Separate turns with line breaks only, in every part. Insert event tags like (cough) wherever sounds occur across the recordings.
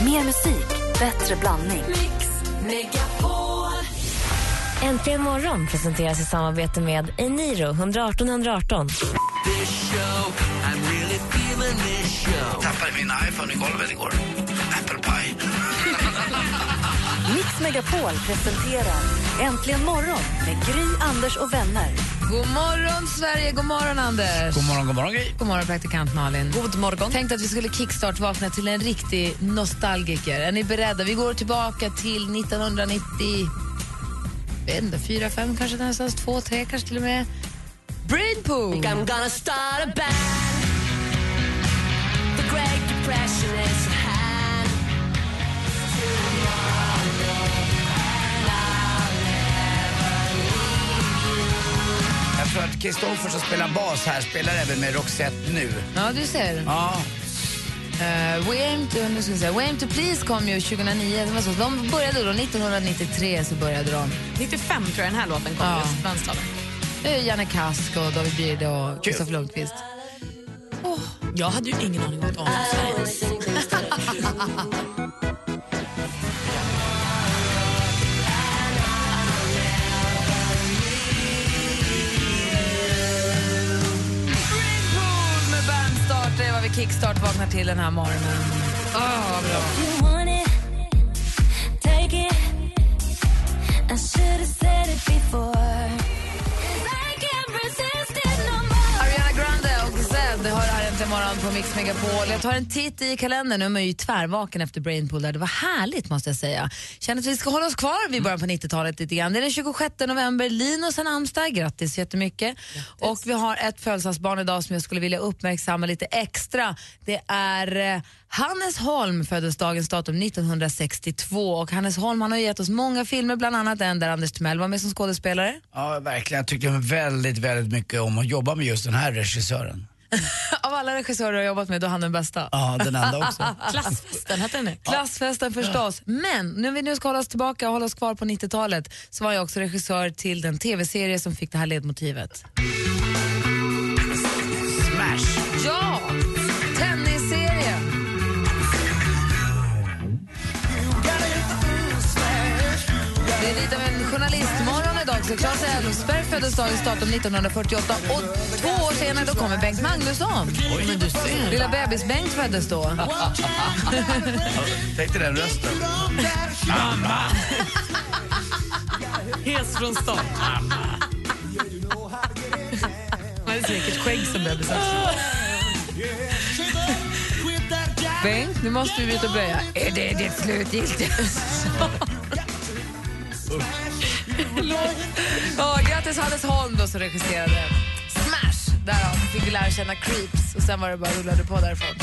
Mer musik, bättre blandning.
Mix Megapol.
Äntligen morgon presenteras i samarbete med Eniro 118 118.
Tappade min iPhone i golvet igår. Apple pie.
Mix Megapol presenterar Äntligen morgon med Gry, Anders och vänner.
God morgon, Sverige! God morgon, Anders!
God morgon, god morgon Gry.
God morgon, praktikant Malin. God morgon. Tänkte att vi skulle kickstart-vakna till en riktig nostalgiker. Är ni beredda? Vi går tillbaka till 1990... Jag vet inte, fyra, fem kanske någonstans. Två, tre kanske till och med. Brainpool!
I'm gonna start a band. The Great Depression is at hand.
Jag tror att Kristoffer som spelar bas här spelar även med Roxette nu.
Ja, du ser.
Ja,
Eh, we, aim to, nu ska vi säga, we aim to please kom ju 2009. Det var så. De började då, 1993 så började de.
95 tror jag den här låten kom
Ja.
just. Dansstaden.
Det är Janne Kask och David Birde och Kristoffer Lundqvist.
Jag hade ju ingen aning om att Arnold Sverige
Brainpool med Bandstart. Det är vad vi kickstart vaknar till den här morgonen. Åh, Ah, vad bra. Ariana Grande och Zed har det här äntligen morgon på Mix Megapol. Jag tar en titt i kalendern. Nu är man ju tvärvaken efter Brainpool. Där. Det var härligt måste jag säga. Känner att vi ska hålla oss kvar vid början på 90-talet lite grann. Det är den 26 november. Linus och Amsterdam, grattis jättemycket. Och vi har ett födelsedagsbarn idag som jag skulle vilja uppmärksamma lite extra. Det är eh, Hannes Holm föddes dagens datum 1962 och Hannes Holm han har ju gett oss många filmer, bland annat en där Anders Timell var med som skådespelare.
ja verkligen. Jag tycker väldigt, väldigt mycket om att jobba med just den här regissören.
Av alla regissörer jag har jobbat med, då är han den bästa.
Ja, den andra (laughs) också.
Klassfesten hette den det?
Klassfesten förstås. Men nu vi nu ska hålla oss tillbaka och hålla oss kvar på 90-talet så var jag också regissör till den tv-serie som fick det här ledmotivet.
Smash.
Ja! Tennisserien! Det är lite av en journalistmorgon idag så Claes Elfsberg föddes dagens datum 1948 och två år senare då kommer Bengt Magnusson.
Oj, men du ser.
Lilla bebis-Bengt föddes då.
Tänk dig den rösten.
Hes från start. Man hade säkert skägg som bebis också.
Bengt, nu måste vi ut och böja. Är det ditt slutgiltiga svar? Ja, Grattis Hannes Holm då som regisserade Smash! Därav fick vi lära känna Creeps och sen var det bara rullade på därifrån.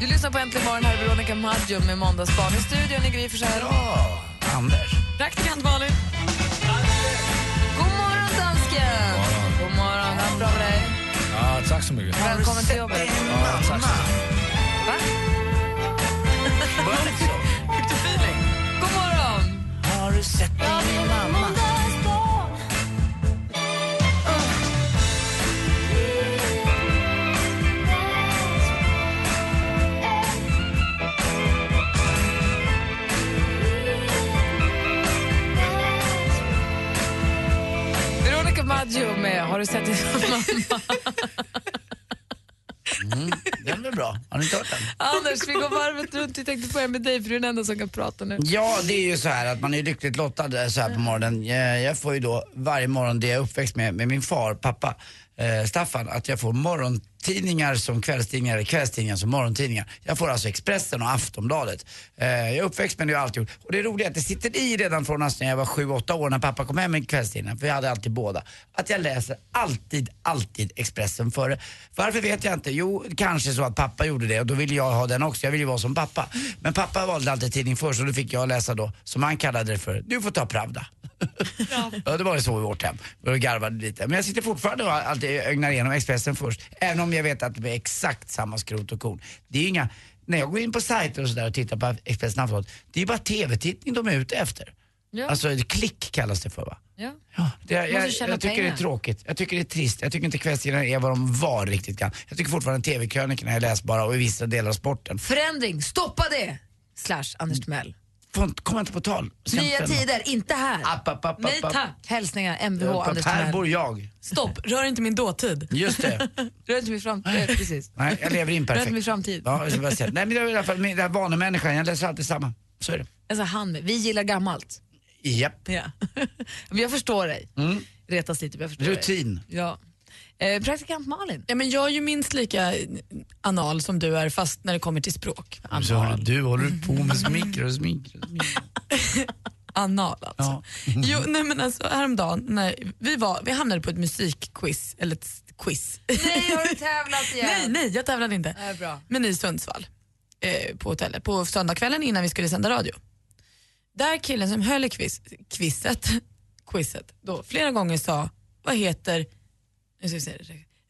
Du lyssnar på Äntligen morgon, här är Veronica Maggio med Måndagsbarn. I studion är Gry Forssell.
Ja, Anders.
(laughs) Praktikant Malin.
God morgon dansken! God morgon, ha det bra med dig.
Ja, tack så mycket.
Välkommen till jobbet.
Ja, tack så
Va? (laughs)
mycket.
God morgon!
Har du sett min mamma?
Veronica Maggio med Har du sett din mamma?
Den blev bra. Har ni inte hört den?
(laughs) Anders, vi går varvet runt. Vi tänkte börja med dig, för du är den enda som kan prata nu.
Ja, det är ju så här att man är lyckligt lottad eh, så här på morgonen. Eh, Jag får ju då varje morgon det jag är uppväxt med, med min far, pappa, eh, Staffan, att jag får morgontidningar som kvällstidningar, kvällstidningar som morgontidningar. Jag får alltså Expressen och Aftonbladet. Eh, jag är uppväxt med det och alltid gjort. Och det roliga är att det sitter i redan från alltså när jag var sju, åtta år när pappa kom hem med kvällstidningarna, för jag hade alltid båda, att jag läser alltid, alltid Expressen före. Varför vet jag inte. Jo, kanske så att pappa gjorde det och då ville jag ha den också. Jag ville ju vara som pappa. Men pappa valde alltid tidning först och då fick jag läsa då, som han kallade det för, du får ta Pravda. Ja. det var ju så i vårt hem. Jag garvade lite. Men jag sitter fortfarande och alltid ögnar igenom Expressen först. Även om jag vet att det blir exakt samma skrot och korn. Det är ju inga, när jag går in på sajter och sådär och tittar på Expressen Aftonbladet, det är ju bara TV-tittning de är ute efter.
Ja.
Alltså klick kallas det för va?
Ja.
Ja, det, jag,
Måste
jag tycker
tjäna
det
pengar.
är tråkigt. Jag tycker det är trist. Jag tycker inte kvällstidningarna är vad de var riktigt kan. Jag tycker fortfarande TV-krönikorna är läsbara och i vissa delar av sporten.
Förändring, stoppa det! Slash Anders Timell.
Fan, Kom inte på tal. Sen
Nya
sen-
tider, inte här.
App, app, app,
Nej
app, app.
tack.
Hälsningar Mvh
App, app.
Anders
Här
Timell.
bor jag.
Stopp, rör inte min dåtid.
Just det.
Rör inte mig fram. eh, Precis.
(laughs) Nej, jag lever
Rör inte mig
imperfekt.
framtid.
Ja, jag ska bara säga. Nej, men det är i alla fall min- den här vanemänniskan. Jag läser alltid samma. Så är det.
Alltså, han, vi gillar gammalt.
Japp.
Ja. (laughs) men jag förstår dig. Retas lite men jag förstår dig.
Mm. Rutin.
Ja. Eh,
(laughs)
praktikant Malin.
Ja, men jag är ju minst lika anal som du är fast när det kommer till språk.
Så håller du håller på med smicker och (laughs) smicker. och smicker.
Anal alltså. (laughs) Jo, nej men alltså häromdagen när vi, var, vi hamnade på ett musikquiz, eller ett quiz.
Nej, har du tävlat igen?
nej, nej, jag tävlade inte.
Nej, bra.
Men i Sundsvall, eh, på hotellet, på söndagskvällen innan vi skulle sända radio. Där killen som höll i quiz, quizet, (laughs) quizet då flera gånger sa, vad heter nu ska vi se,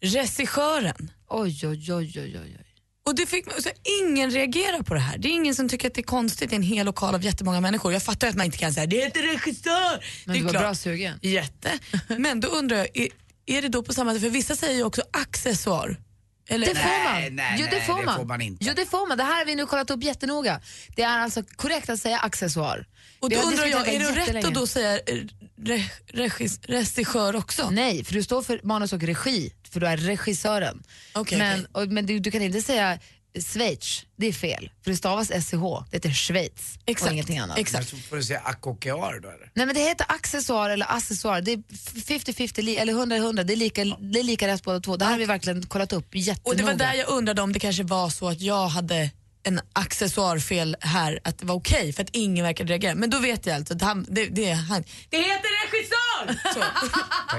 regissören?
Oj, oj, oj, oj, oj. oj.
Och det fick man, så ingen reagerar på det här. Det är ingen som tycker att det är konstigt i en hel lokal av jättemånga människor. Jag fattar att man inte kan säga det heter regissör. det
Men du
är
var
klart.
bra sugen. (laughs)
Jätte. Men då undrar jag, är, är det då på samma sätt? För vissa säger ju också accessoar. Eller,
Det får man.
Nej, nej,
jo, det
nej,
får
det
man.
får man inte.
Jo, det får man. Det här har vi nu kollat upp jättenoga. Det är alltså korrekt att säga accessoar.
och
Vi
då
har
undrar jag,
diskuterat
är det rätt
jättelänge.
att då säga eh, re, regis, regissör också?
Nej, för du står för manus och regi, för du är regissören.
Okej,
men
okej.
och, men du, du kan inte säga Schweiz, det är fel. För det stavas SCH, det heter Schweiz och ingenting annat.
Men
Exakt.
så Får du säga akokear då
(laughs)
eller?
Nej men det heter accessoar eller accessoar, det är 50-50 li- eller 100-100, det, är lika- det är lika rätt båda två. Det här har vi verkligen kollat upp jättenoga.
Och det var där jag undrade om det kanske var så att jag hade en accessoarfel här, att det var okej för att ingen verkade reagera. Men då vet jag alltså att han, det, det, är han, det heter regissör! (laughs) Så.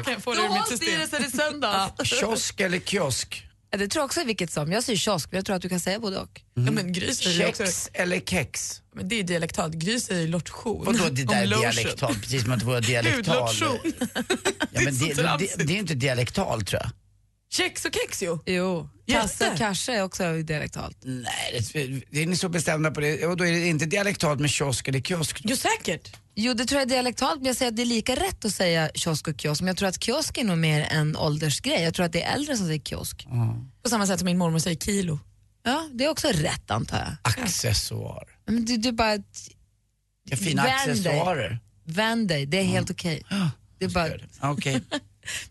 kan jag få det ur mitt system?
sedan i söndags.
Kiosk eller kiosk?
ja, det tror jag också är vilket som. Jag säger kiosk, men jag tror att du kan säga både och.
Ja, men Gry säger ju också,
Kex eller kex?
men det är dialektalt, Gry säger ju lortion.
Och då det
om
där är
lotion.
dialektal, precis som att det (laughs) vore dialektal.
Hudlotion.
Ja, men det, det, det är inte dialektal tror jag.
Kex och kex ju.
Jo.
Kasse.
Kasse kanske är också dialektalt.
Nej, det, det är ni så bestämda på det. Och då är det inte dialektalt med kiosk eller kiosk.
Jo säkert.
Jo, det tror jag är dialektalt, men jag säger att det är lika rätt att säga kiosk och kiosk. Men jag tror att kiosk är nog mer en åldersgrej. Jag tror att det är äldre som säger kiosk.
På samma sätt som min mormor säger kilo.
Ja, det är också rätt antar jag.
Accessoar.
Men du, du bara
Ja, fina
Vänd dig.
accessoarer.
vänd dig, det är helt okej. Det är bara,
Ja, Okej.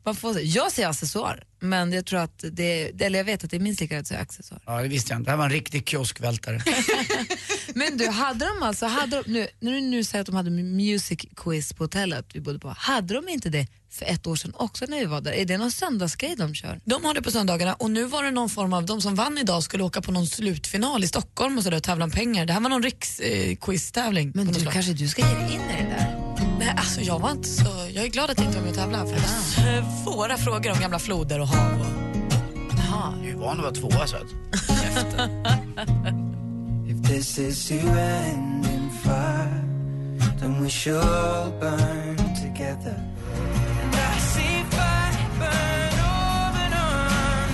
man får, jag säger accessoar, men jag tror att det är- eller jag vet att det är minst lika rätt att säga accessoar.
Ja, det visste jag inte. Det här var en riktig kioskvältare.
Men du, hade de alltså, hade de, nu, när du nu säger att de hade music quiz på hotellet vi bodde på, hade de inte det för ett år sedan också när vi var där? Är det någon söndagsgrej de kör?
De har det på söndagarna och nu var det någon form av, de som vann idag skulle åka på någon slutfinal i Stockholm och, så där och tävla om pengar. Det här var någon riksquiz-tävling. Eh, quiztävling på
Men
något
du,
slag.
kanske du ska ge dig in i det där?
Nej, alltså jag var inte så... Jag är glad att jag inte var med och tävlade. För
Ah.
det var svåra frågor om gamla floder och hav. Och...
Du är van att vara tvåa så att.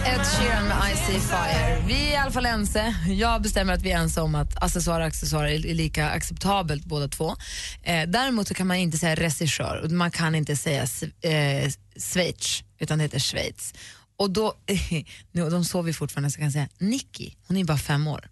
Ed Sheeran med I see fire. Vi är i alla fall ense. Jag bestämmer att vi är ense om att accessoarer och accessoarer är lika acceptabelt båda två. Eh, däremot så kan man inte säga regissör och man kan inte säga s- eh, Schweiz utan det heter Schweiz. Och då, (laughs) nu, och de sover ju fortfarande så jag kan säga Nicky, hon är ju bara fem år.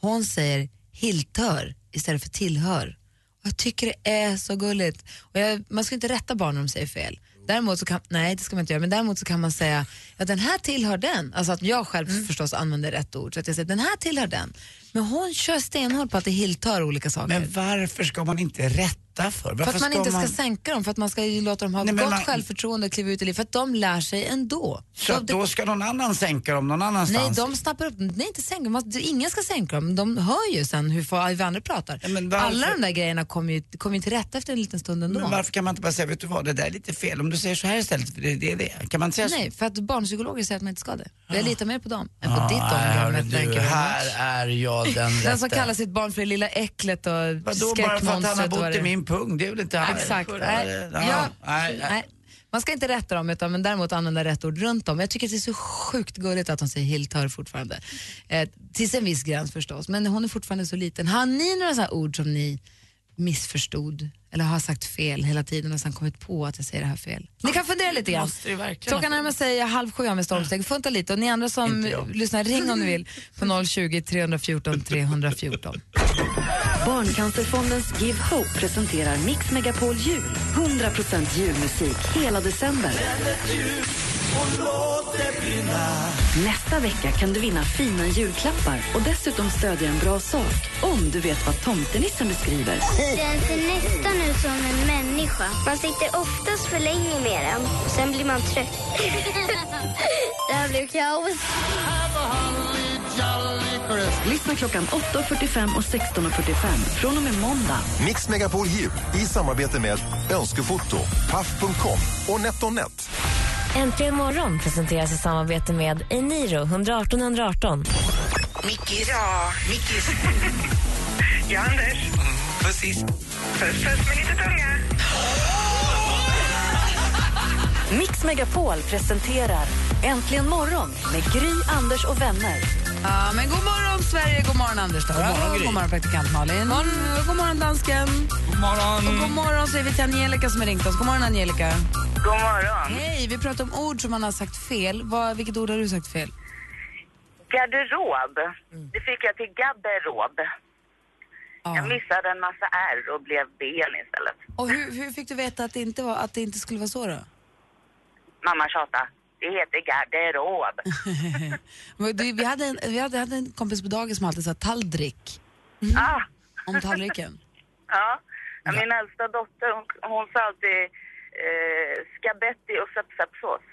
Hon säger hiltör istället för tillhör. Och jag tycker det är så gulligt. Och jag, man ska inte rätta barn när de säger fel. Däremot så kan, nej det ska man inte göra, men däremot så kan man säga att den här tillhör den. Alltså att jag själv
Mm.
förstås använder rätt ord. Så att jag säger den här tillhör den. Men hon kör stenhårt på att det hiltör olika saker.
Men varför ska man inte rätta för? Varför
för att man
ska
inte ska sänka dem, för att man ska ju låta dem ha
Nej, men
gott
man-
självförtroende och kliva ut i livet. För att de lär sig ändå.
Så att då ska någon annan sänka dem någon annanstans?
Nej, de snappar upp Nej, inte sänka dem. Man- Ingen ska sänka dem. De hör ju sen hur fa- hur andra pratar.
Ja, men varför-
Alla de där grejerna kommer ju, kommer ju till rätta efter en liten stund ändå.
Men varför kan man inte bara säga, vet du vad, det där är lite fel. Om du säger så här istället, för det, det är det. Kan man inte säga
Nej, för att barnpsykologer säger att man inte ska det. Jag litar mer på dem än på
så?
ditt
Ah,
omdöme.
hörru
thank you
du,
very
här
much.
är jag den rätta.
(laughs) Den som kallar sitt barn för det lilla äcklet och
Vadå, bara för att han har
skräckmonstret. och
bott
vad det
i
är.
min pung? Det är väl inte han?
Exakt.
Ja,
Nej.
ja, nej, nej.
Nej. Man ska inte rätta dem, utan, men däremot använda rätt ord runt dem. Jag tycker att det är så sjukt gulligt att de säger Hiltör fortfarande. Eh, tills en viss gräns förstås, men hon är fortfarande så liten. Har ni några sådana ord som ni missförstod eller har sagt fel hela tiden och sen kommit på att jag säger det här fel. Ni kan fundera lite grann.
Måste du verkligen.
Klockan närmar sig halv sju här med stormsteg. Funta lite och ni andra som lyssnar, ring om ni vill på 020 314 314.
Barncancerfondens Give Hope presenterar Mix Megapol Jul. 100% julmusik hela december. Nästa vecka kan du vinna fina julklappar och dessutom stödja en bra sak om du vet vad tomtenissen beskriver.
Den ser nästan ut som en människa. Man sitter oftast för länge med den och sen blir man trött. (laughs) det här blev kaos.
Lyssna klockan 8.45 och 16.45 från och med måndag.
Mix Megapol Jul i samarbete med Önskefoto, Paff.com och NetOnNet.
Äntligen morgon presenteras i samarbete med Eniro 118 118.
Mickis. Ja, Mickis. ja, Anders. Precis. Puss, puss med lite tunga.
Mix Megapol presenterar Äntligen morgon med Gry, Anders och vänner.
Ja, men god morgon Sverige, god morgon Anders då. God
morgon, Gry.
god morgon praktikant Malin. Och God morgon dansken. Och god morgon säger vi till Angelica som har ringt oss. God morgon Angelica.
God morgon.
Hej, vi pratar om ord som man har sagt fel. Vad, vilket ord har du sagt fel?
Garderob. Det fick jag till garderob. Jag
Ja.
missade en massa R och blev ben istället.
Och hur, hur fick du veta att det, inte var, att det inte skulle vara så då?
Mamma tjatade. Det heter garderob. (laughs)
Men du, Vi hade en, vi hade, hade en kompis på dagis som alltid sa tallrik
ah,
om tallriken.
ja. Ja, Min äldsta dotter hon, hon sa alltid eh, skabetti och sepsapsås.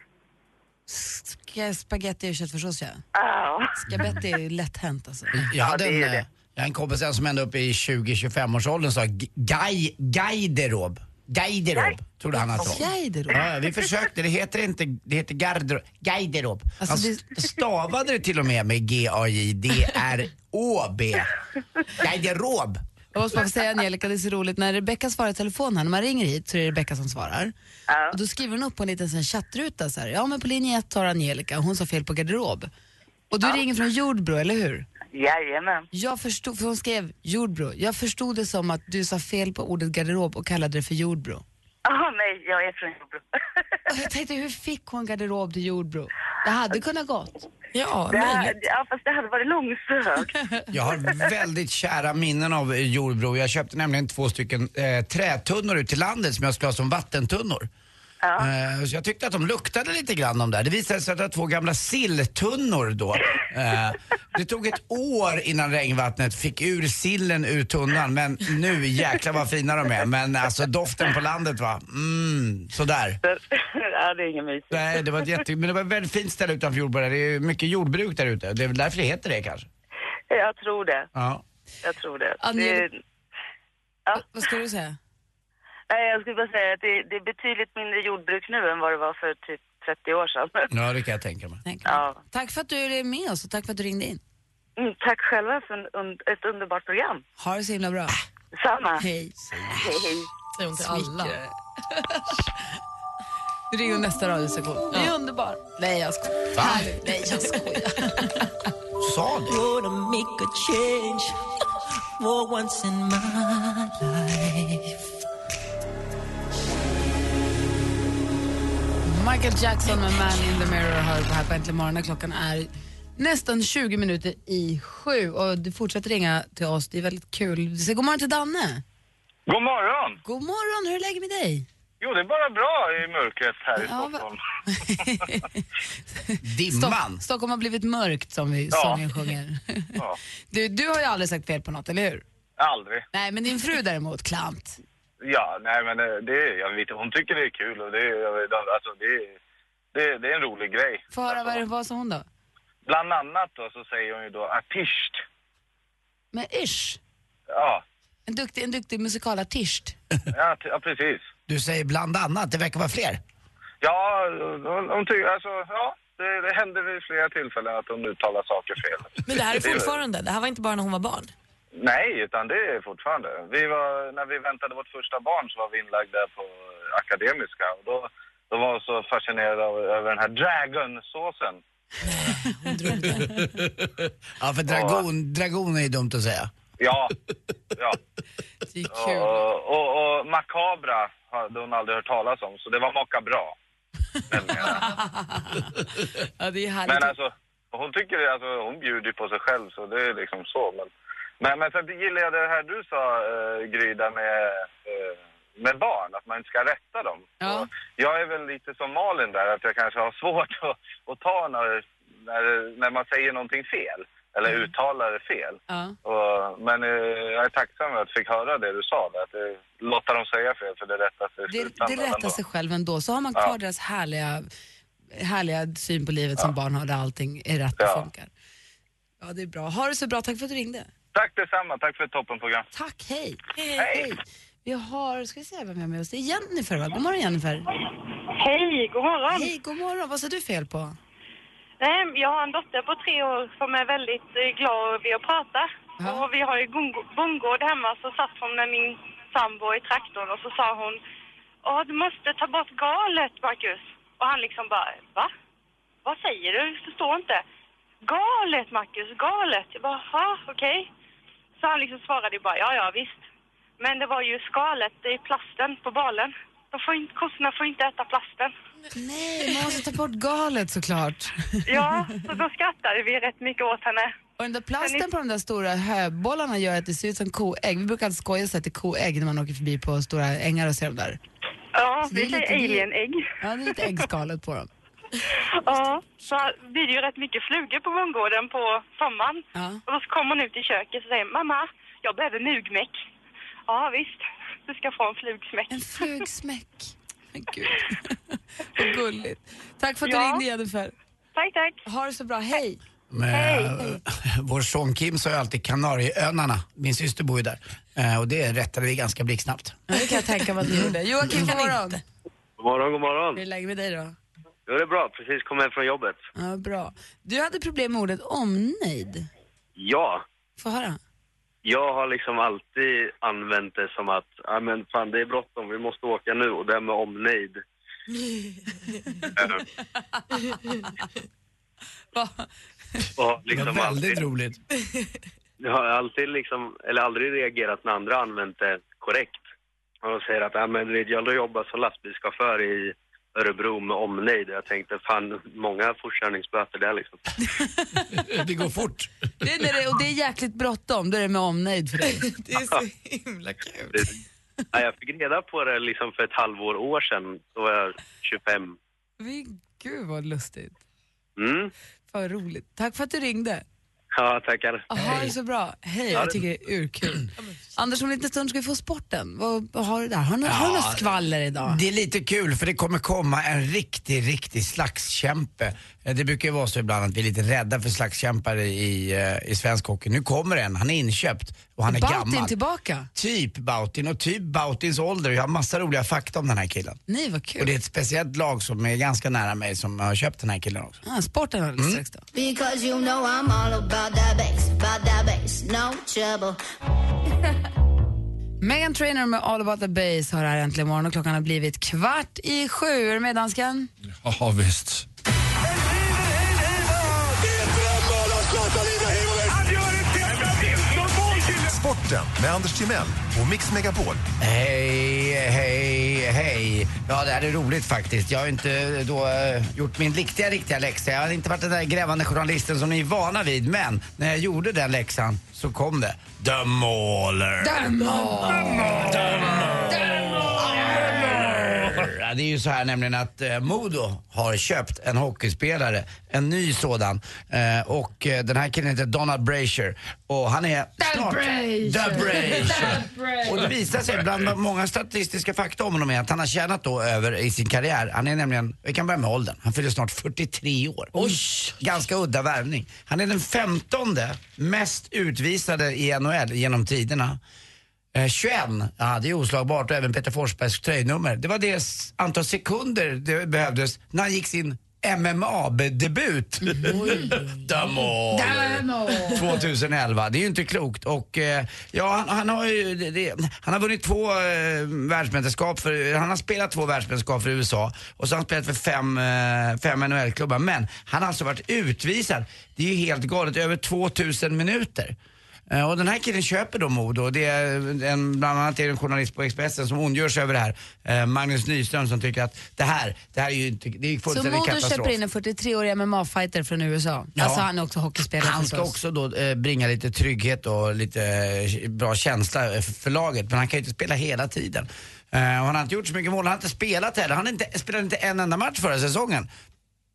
Ska Spagetti och köttfärssås ja.
Ah.
Skabetti är ju lätt hänt alltså.
Jag hade
det är
en,
ju
eh,
det.
jag hade en kompis som ända upp i 20-25-årsåldern sa "Gu- guy, guiderob. Guiderob, trodde han att det var.
Guiderob?
Ja, vi försökte, det heter inte, det heter gardero, guiderob. Han
Alltså, det-
st- stavade det till och med med
(laughs)
G-A-I-D-R-O-B. Guiderob.
Jag måste bara få säga Angelica, det är så roligt, när Rebecca svarar i telefon här, när man ringer hit så är det Rebecca som svarar. Och då skriver hon upp på en liten sån här chattruta så här, ja men på linje ett tar Angelica, hon sa fel på garderob. Och du ringer från Jordbro, eller hur?
Jajamän.
Jag förstod, för hon skrev Jordbro, jag förstod det som att du sa fel på ordet garderob och kallade det för Jordbro.
Ah, nej, jag är från Jordbro. (laughs)
Och jag tänkte, hur fick hon garderob till Jordbro? Det hade kunnat gått.
Ja,
Det
möjligt.
här, ja, fast det hade varit långsökt.
Jag har väldigt kära minnen av eh, Jordbro. Jag köpte nämligen två stycken eh, trätunnor ut till landet som jag skulle ha som vattentunnor. Eh, så jag tyckte att de luktade lite grann de där. Det visade sig att det var två gamla silltunnor då. Eh, det tog ett år innan regnvattnet fick ur sillen ur tunnan men nu jäklar vad fina de är. Men alltså doften på landet va, mm, sådär.
ja, det är inget mysigt.
Nej, det var ett jätte... Men det var ett väldigt fint ställe utanför Jordbro. där. Det är ju mycket jordbruk där ute. Det är väl därför det heter det kanske.
Jag tror det.
Ja.
Jag tror det.
Angel-
det
Vad ska du säga?
nej, jag skulle bara säga att det, det är betydligt mindre jordbruk nu än vad det var för typ 30 år sedan.
ja, det kan jag tänka mig.
Tänk.
Ja.
Tack för att du är med oss och tack för att du ringde in.
(laughs) Mm, tack själva för en, un, ett underbart program.
Ha det så himla bra.
Samma. Hej,
Hej.
hej.
säger hon till alla.
Du ringer nästa radiostation. Ja. Det är underbar. Nej, jag skojar. Härligt. Nej, jag skojar.
Sa du?
Gonna make a change for once in my life.
Michael Jackson med Man in the Mirror hör på här på Äntligen morgon. Klockan är nästan 20 minuter i sju och du fortsätter ringa till oss. Det är väldigt kul. Du säger god morgon till Danne.
God morgon!
God morgon, hur är läget med dig?
Jo, det är bara bra i mörkret här i
Ja, va-
Stockholm.
Dimman.
Stockholm har blivit mörkt som vi
Ja.
sången sjunger.
Ja.
Du, du har ju aldrig sagt fel på något, eller hur?
Aldrig.
Nej, men din fru däremot, klant.
Ja, nej men eh, det är, jag vet, hon tycker det är kul och det är, jag vet, alltså det är, det är, det är en rolig grej.
Få höra vad det var som hon då.
Bland annat då så säger hon ju då artist.
Men ish,
Ja,
en duktig, en duktig musikalartist.
ja, t- ja precis.
Du säger bland annat, det verkar vara fler.
Ja, hon, hon tycker, alltså ja, det, det händer vid flera tillfällen att hon uttalar saker fel.
Men det här är fortfarande, det här var inte bara när hon var barn.
Nej, utan det är fortfarande. Vi var, när vi väntade vårt första barn så var vi inlagda på Akademiska och då, då var jag så fascinerad av, över den här dragonsåsen.
Ja, för dragon, dragon är ju dumt att säga.
Ja, ja,
Det är
kul. Och, och, och makabra hade hon aldrig hört talas om, så det var makabra.
Ja, det är härligt.
Men alltså, hon tycker alltså, hon bjuder ju på sig själv så det är liksom så. Men, men, men sen gillar jag det här du sa eh, Gry, där med, eh, med barn, att man inte ska rätta dem.
Ja.
Jag är väl lite som Malin där, att jag kanske har svårt (laughs) att, att ta när, när, när man säger någonting fel. Eller
Mm.
uttalar det fel.
Ja.
Och, men eh, jag är tacksam att jag fick höra det du sa där. Att, eh, låta dem säga fel för det rättar sig i
Det, det
slutändan
rättar
ändå.
sig själv ändå. Så har man kvar
Ja.
deras härliga, härliga syn på livet som barn har där allting är rätt och funkar. Ja, det är bra. Ha det så bra. Tack för att du ringde.
Tack detsamma, tack för ett toppenprogram.
Tack, hej. Hej, hej. Vi har, ska vi se vem vi har med oss? Det är Jennifer, va? God morgon Jennifer.
Hej, god morgon.
Hej, god morgon. Vad sa du fel på?
Nej, Jag har en dotter på tre år som är väldigt eh, glad vid att prata. Och vi har ju gung- bondgård hemma så satt hon med min sambo i traktorn och så sa hon Ja, du måste ta bort galet, Marcus. Och han liksom bara, va? Vad säger du? Jag förstår inte. Galet, Marcus, galet. Jag bara, "Jaha, okej. Så han liksom svarade ju bara, ja, ja, visst. Men det var ju skalet i plasten på balen. De får inte, kossorna får inte äta plasten.
Nej, man måste ta bort galet såklart.
Ja, (laughs) så då skrattade vi rätt mycket åt henne.
Och den där plasten på de där stora höbollarna gör att det ser ut som koägg. Vi brukar alltid skoja och säga att det är koägg när man åker förbi på stora ängar och ser dem där.
Ja,
Så det är
vi säger
lite-
alienägg.
Ja, det är lite äggskalet på dem.
(laughs) Ja, så blir det ju rätt mycket flugor på bondgården på sommaren. Och då kommer hon ut i köket och säger mamma, jag behöver mugmäck. Ja, visst. Du ska få en flugsmäck. En
flugsmäck.
(laughs)
(laughs) Vad gulligt. Tack för att du
Ja.
ringde Jennifer.
Tack, tack.
Ha det så bra. Hej.
Men, eh, (laughs) Vår son Kim sa ju alltid Kanarieöarna. Min syster bor ju där. Eh, Och det rättade vi ganska blixtsnabbt.
Det kan jag tänka mig att du gjorde. Joakim, god morgon.
God morgon, god
Hur är
morgon.
läget med dig då?
Jo, det är bra. Precis kom hem från jobbet.
Ja, bra. Du hade problem med ordet omnejd.
Ja,
Få höra.
jag har liksom alltid använt det som att, ja men fan det är bråttom, vi måste åka nu och det här med omnejd. eh, och liksom alltid,
roligt.
jag har alltid liksom, eller aldrig reagerat när andra använt det korrekt. Och de säger att, ja men vet, jag har jobbat som lastbilschaufför i Örebro med omnejd. Jag tänkte, fan många fortkörningsböter där liksom.
Det går fort.
Det är när det, och det är jäkligt bråttom, då är det med omnejd för dig.
Det är så himla kul. Ja, jag fick reda på det liksom för ett halvår år sedan. Då var jag 25.
Men Gud vad lustigt.
Mm.
Fan vad roligt. Tack för att du ringde.
Ja, tackar.
Ha det så bra.
Ja,
Hej, jag
det-
tycker det är urkul. Anders, om en liten stund ska vi få sporten. Vad, vad har du där? Har du, har du något skvaller idag?
Det är lite kul för det kommer komma en riktig, riktig slagskämpe. Eh, Det brukar ju vara så ibland att vi är lite rädda för slagskämpare i, eh, i svensk hockey. Nu kommer en, han är inköpt och han är
Baltin
gammal.
tillbaka?
Typ Bautin och typ Bautins ålder. Jag har massa roliga fakta om den här killen.
Nej, vad
Och
kul.
det är ett speciellt lag som är ganska nära mig som har köpt den här killen också.
Ah, sporten alldeles
Mm.
strax då.
Because you know I'm all about that bass, about that bass, no
(laughs)
trouble.
Megan Trainor med All about the bass har här äntligen morgon och klockan har blivit kvart i sju. Är du med dansken?
Ja, visst.
Sporten med Anders Timell och Mix Megapol.
Hej, hej, hej. Ja, det här är roligt faktiskt. Jag har ju inte då eh, gjort min riktiga, riktiga läxa. Jag har inte varit den där grävande journalisten som ni är vana vid. Men när jag gjorde den läxan så kom det. The Mauler.
The Mauler.
Ja, Det är ju så här nämligen att eh, Modo har köpt en hockeyspelare, en ny sådan. Eh, och eh, den här killen heter Donald Brasher och han är snart... The
(laughs)
Brasher. Och det visar sig bland många statistiska fakta om honom är att han har tjänat då över i sin karriär. Han är nämligen, vi kan börja med åldern, han fyller snart 43 år. Oj. Ganska udda värvning. Han är den femtonde mest utvisade i NHL genom tiderna. Eh, 21, ja det är oslagbart och även Peter Forsbergs tröjnummer. Det var det s- antal sekunder det behövdes när han gick sin MMA-debut. Damn
Damn
2011, det är ju inte klokt. Och eh, ja, han, han har ju, det, det, han har vunnit två eh, världsmästerskap, för, han har spelat två världsmästerskap för USA och så har han spelat för fem, eh, fem NHL-klubbar. Men han har alltså varit utvisad, det är ju helt galet, över 2000 minuter. Eh, Och den här killen köper då Modo och det är en, bland annat är det en journalist på Expressen som ondgör sig över det här. Eh, Magnus Nyström som tycker att det här, det här är ju inte, det är ju
Så
fullständigt
Modo
katastrof.
köper in en 43-årig MMA-fighter från USA.
Ja.
Alltså han är också hockeyspelare
Han ska
förstås.
också då eh, bringa lite trygghet och lite eh, bra känsla eh, för- för laget, men han kan ju inte spela hela tiden. Eh, och han har inte gjort så mycket mål, han har inte spelat heller. Han har inte, spelade inte en enda match förra säsongen.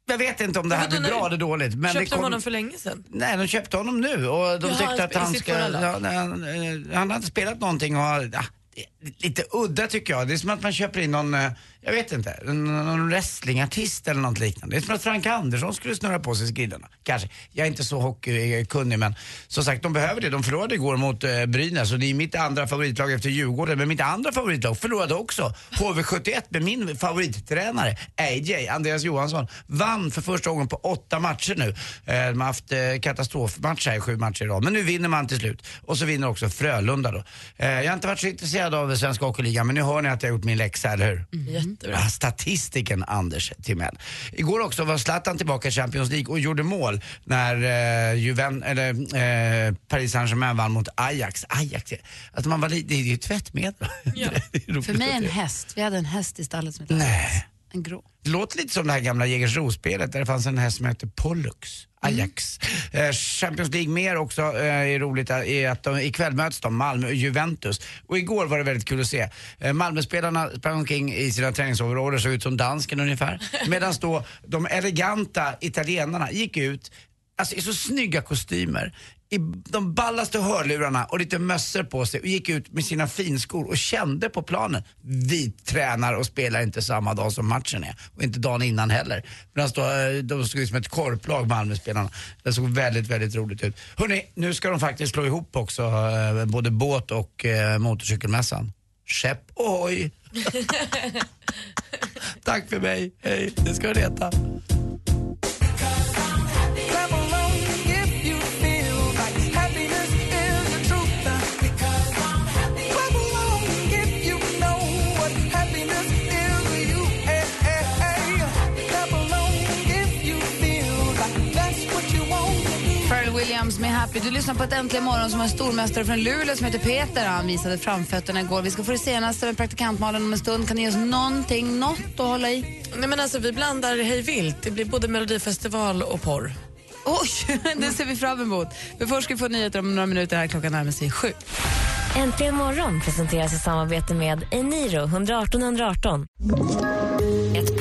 Jag vet inte om det här
Vadå,
blir
när-
bra eller dåligt. Men det
Köpte de
kom...
honom för länge sedan?
Nej, de köpte honom nu och de
Jaha,
tyckte att
i
han
sitt
ska...
förra lag.
Ja, nej, han, eh, han har inte spelat någonting och har, ja, det är lite udda tycker jag. Det är som att man köper in någon, eh, jag vet inte, en- någon wrestlingartist eller något liknande. Det är som att Frank Andersson skulle snurra på sig skridorna. Kanske. Jag är inte så hockeykunnig men som sagt, de behöver det. De förlorade igår mot eh, Brynäs och det är mitt andra favoritlag efter Djurgården. Men mitt andra favoritlag förlorade också. HV71 med min favorittränare AJ, Andreas Johansson, vann för första gången på åtta matcher nu. Eh, De har haft eh, katastrofmatcher här, i sju matcher i rad. Men nu vinner man till slut. Och så vinner också Frölunda då. Eh, Jag har inte varit så intresserad av Svenska Hockeyligan, men nu hör ni att jag har gjort min läxa, eller hur?
Jättebra.
Ja, statistiken Anders Timell. Igår också var Zlatan tillbaka i Champions League och gjorde mål när eh, Juven, eller, eh, Paris Saint-Germain vann mot Ajax. Ajax, alltså man var lite, det är ju tvättmedel. (laughs) Det är roligt
För mig
att
en
det-
häst. Vi hade en häst i stallet som hette Nej. En grå.
Det låter lite som det här gamla Jägersro-spelet där det fanns en häst som hette Pollux. Ajax. Eh, Champions League mer också eh, är roligt eh, är att de, ikväll möts de, Malmö och Juventus. Och igår var det väldigt kul att se. Eh, Malmöspelarna sprang omkring i sina träningsoveraller, såg ut som dansken ungefär. Medan då de eleganta italienarna gick ut, alltså i så snygga kostymer, i de ballaste hörlurarna och lite mössor på sig och gick ut med sina finskor och kände på planen. Vi tränar och spelar inte samma dag som matchen är och inte dagen innan heller. Medan då, eh, de såg ut som ett korplag, Malmöspelarna. Det såg väldigt, väldigt roligt ut. Hörrni, nu ska de faktiskt slå ihop också eh, både båt och eh, motorcykelmässan. Skepp ohoj! Tack för mig, hej! Det ska du veta.
uh,
Pharrell Williams med Happy. Du lyssnar på ett Äntligen morgon som har en stormästare från Luleå som heter Peter. Han visade framfötterna igår. Vi ska få det senaste med praktikantmalen om en stund. Kan ni ge oss någonting, något att hålla i?
Nej men alltså vi blandar hej vilt. Det blir både melodifestival och porr.
Oj, (laughs) det ser vi fram emot. Men först ska vi få nyheter om några minuter här. Klockan närmar sig sju.
Äntligen morgon presenteras i samarbete med Eniro 118 118. Ett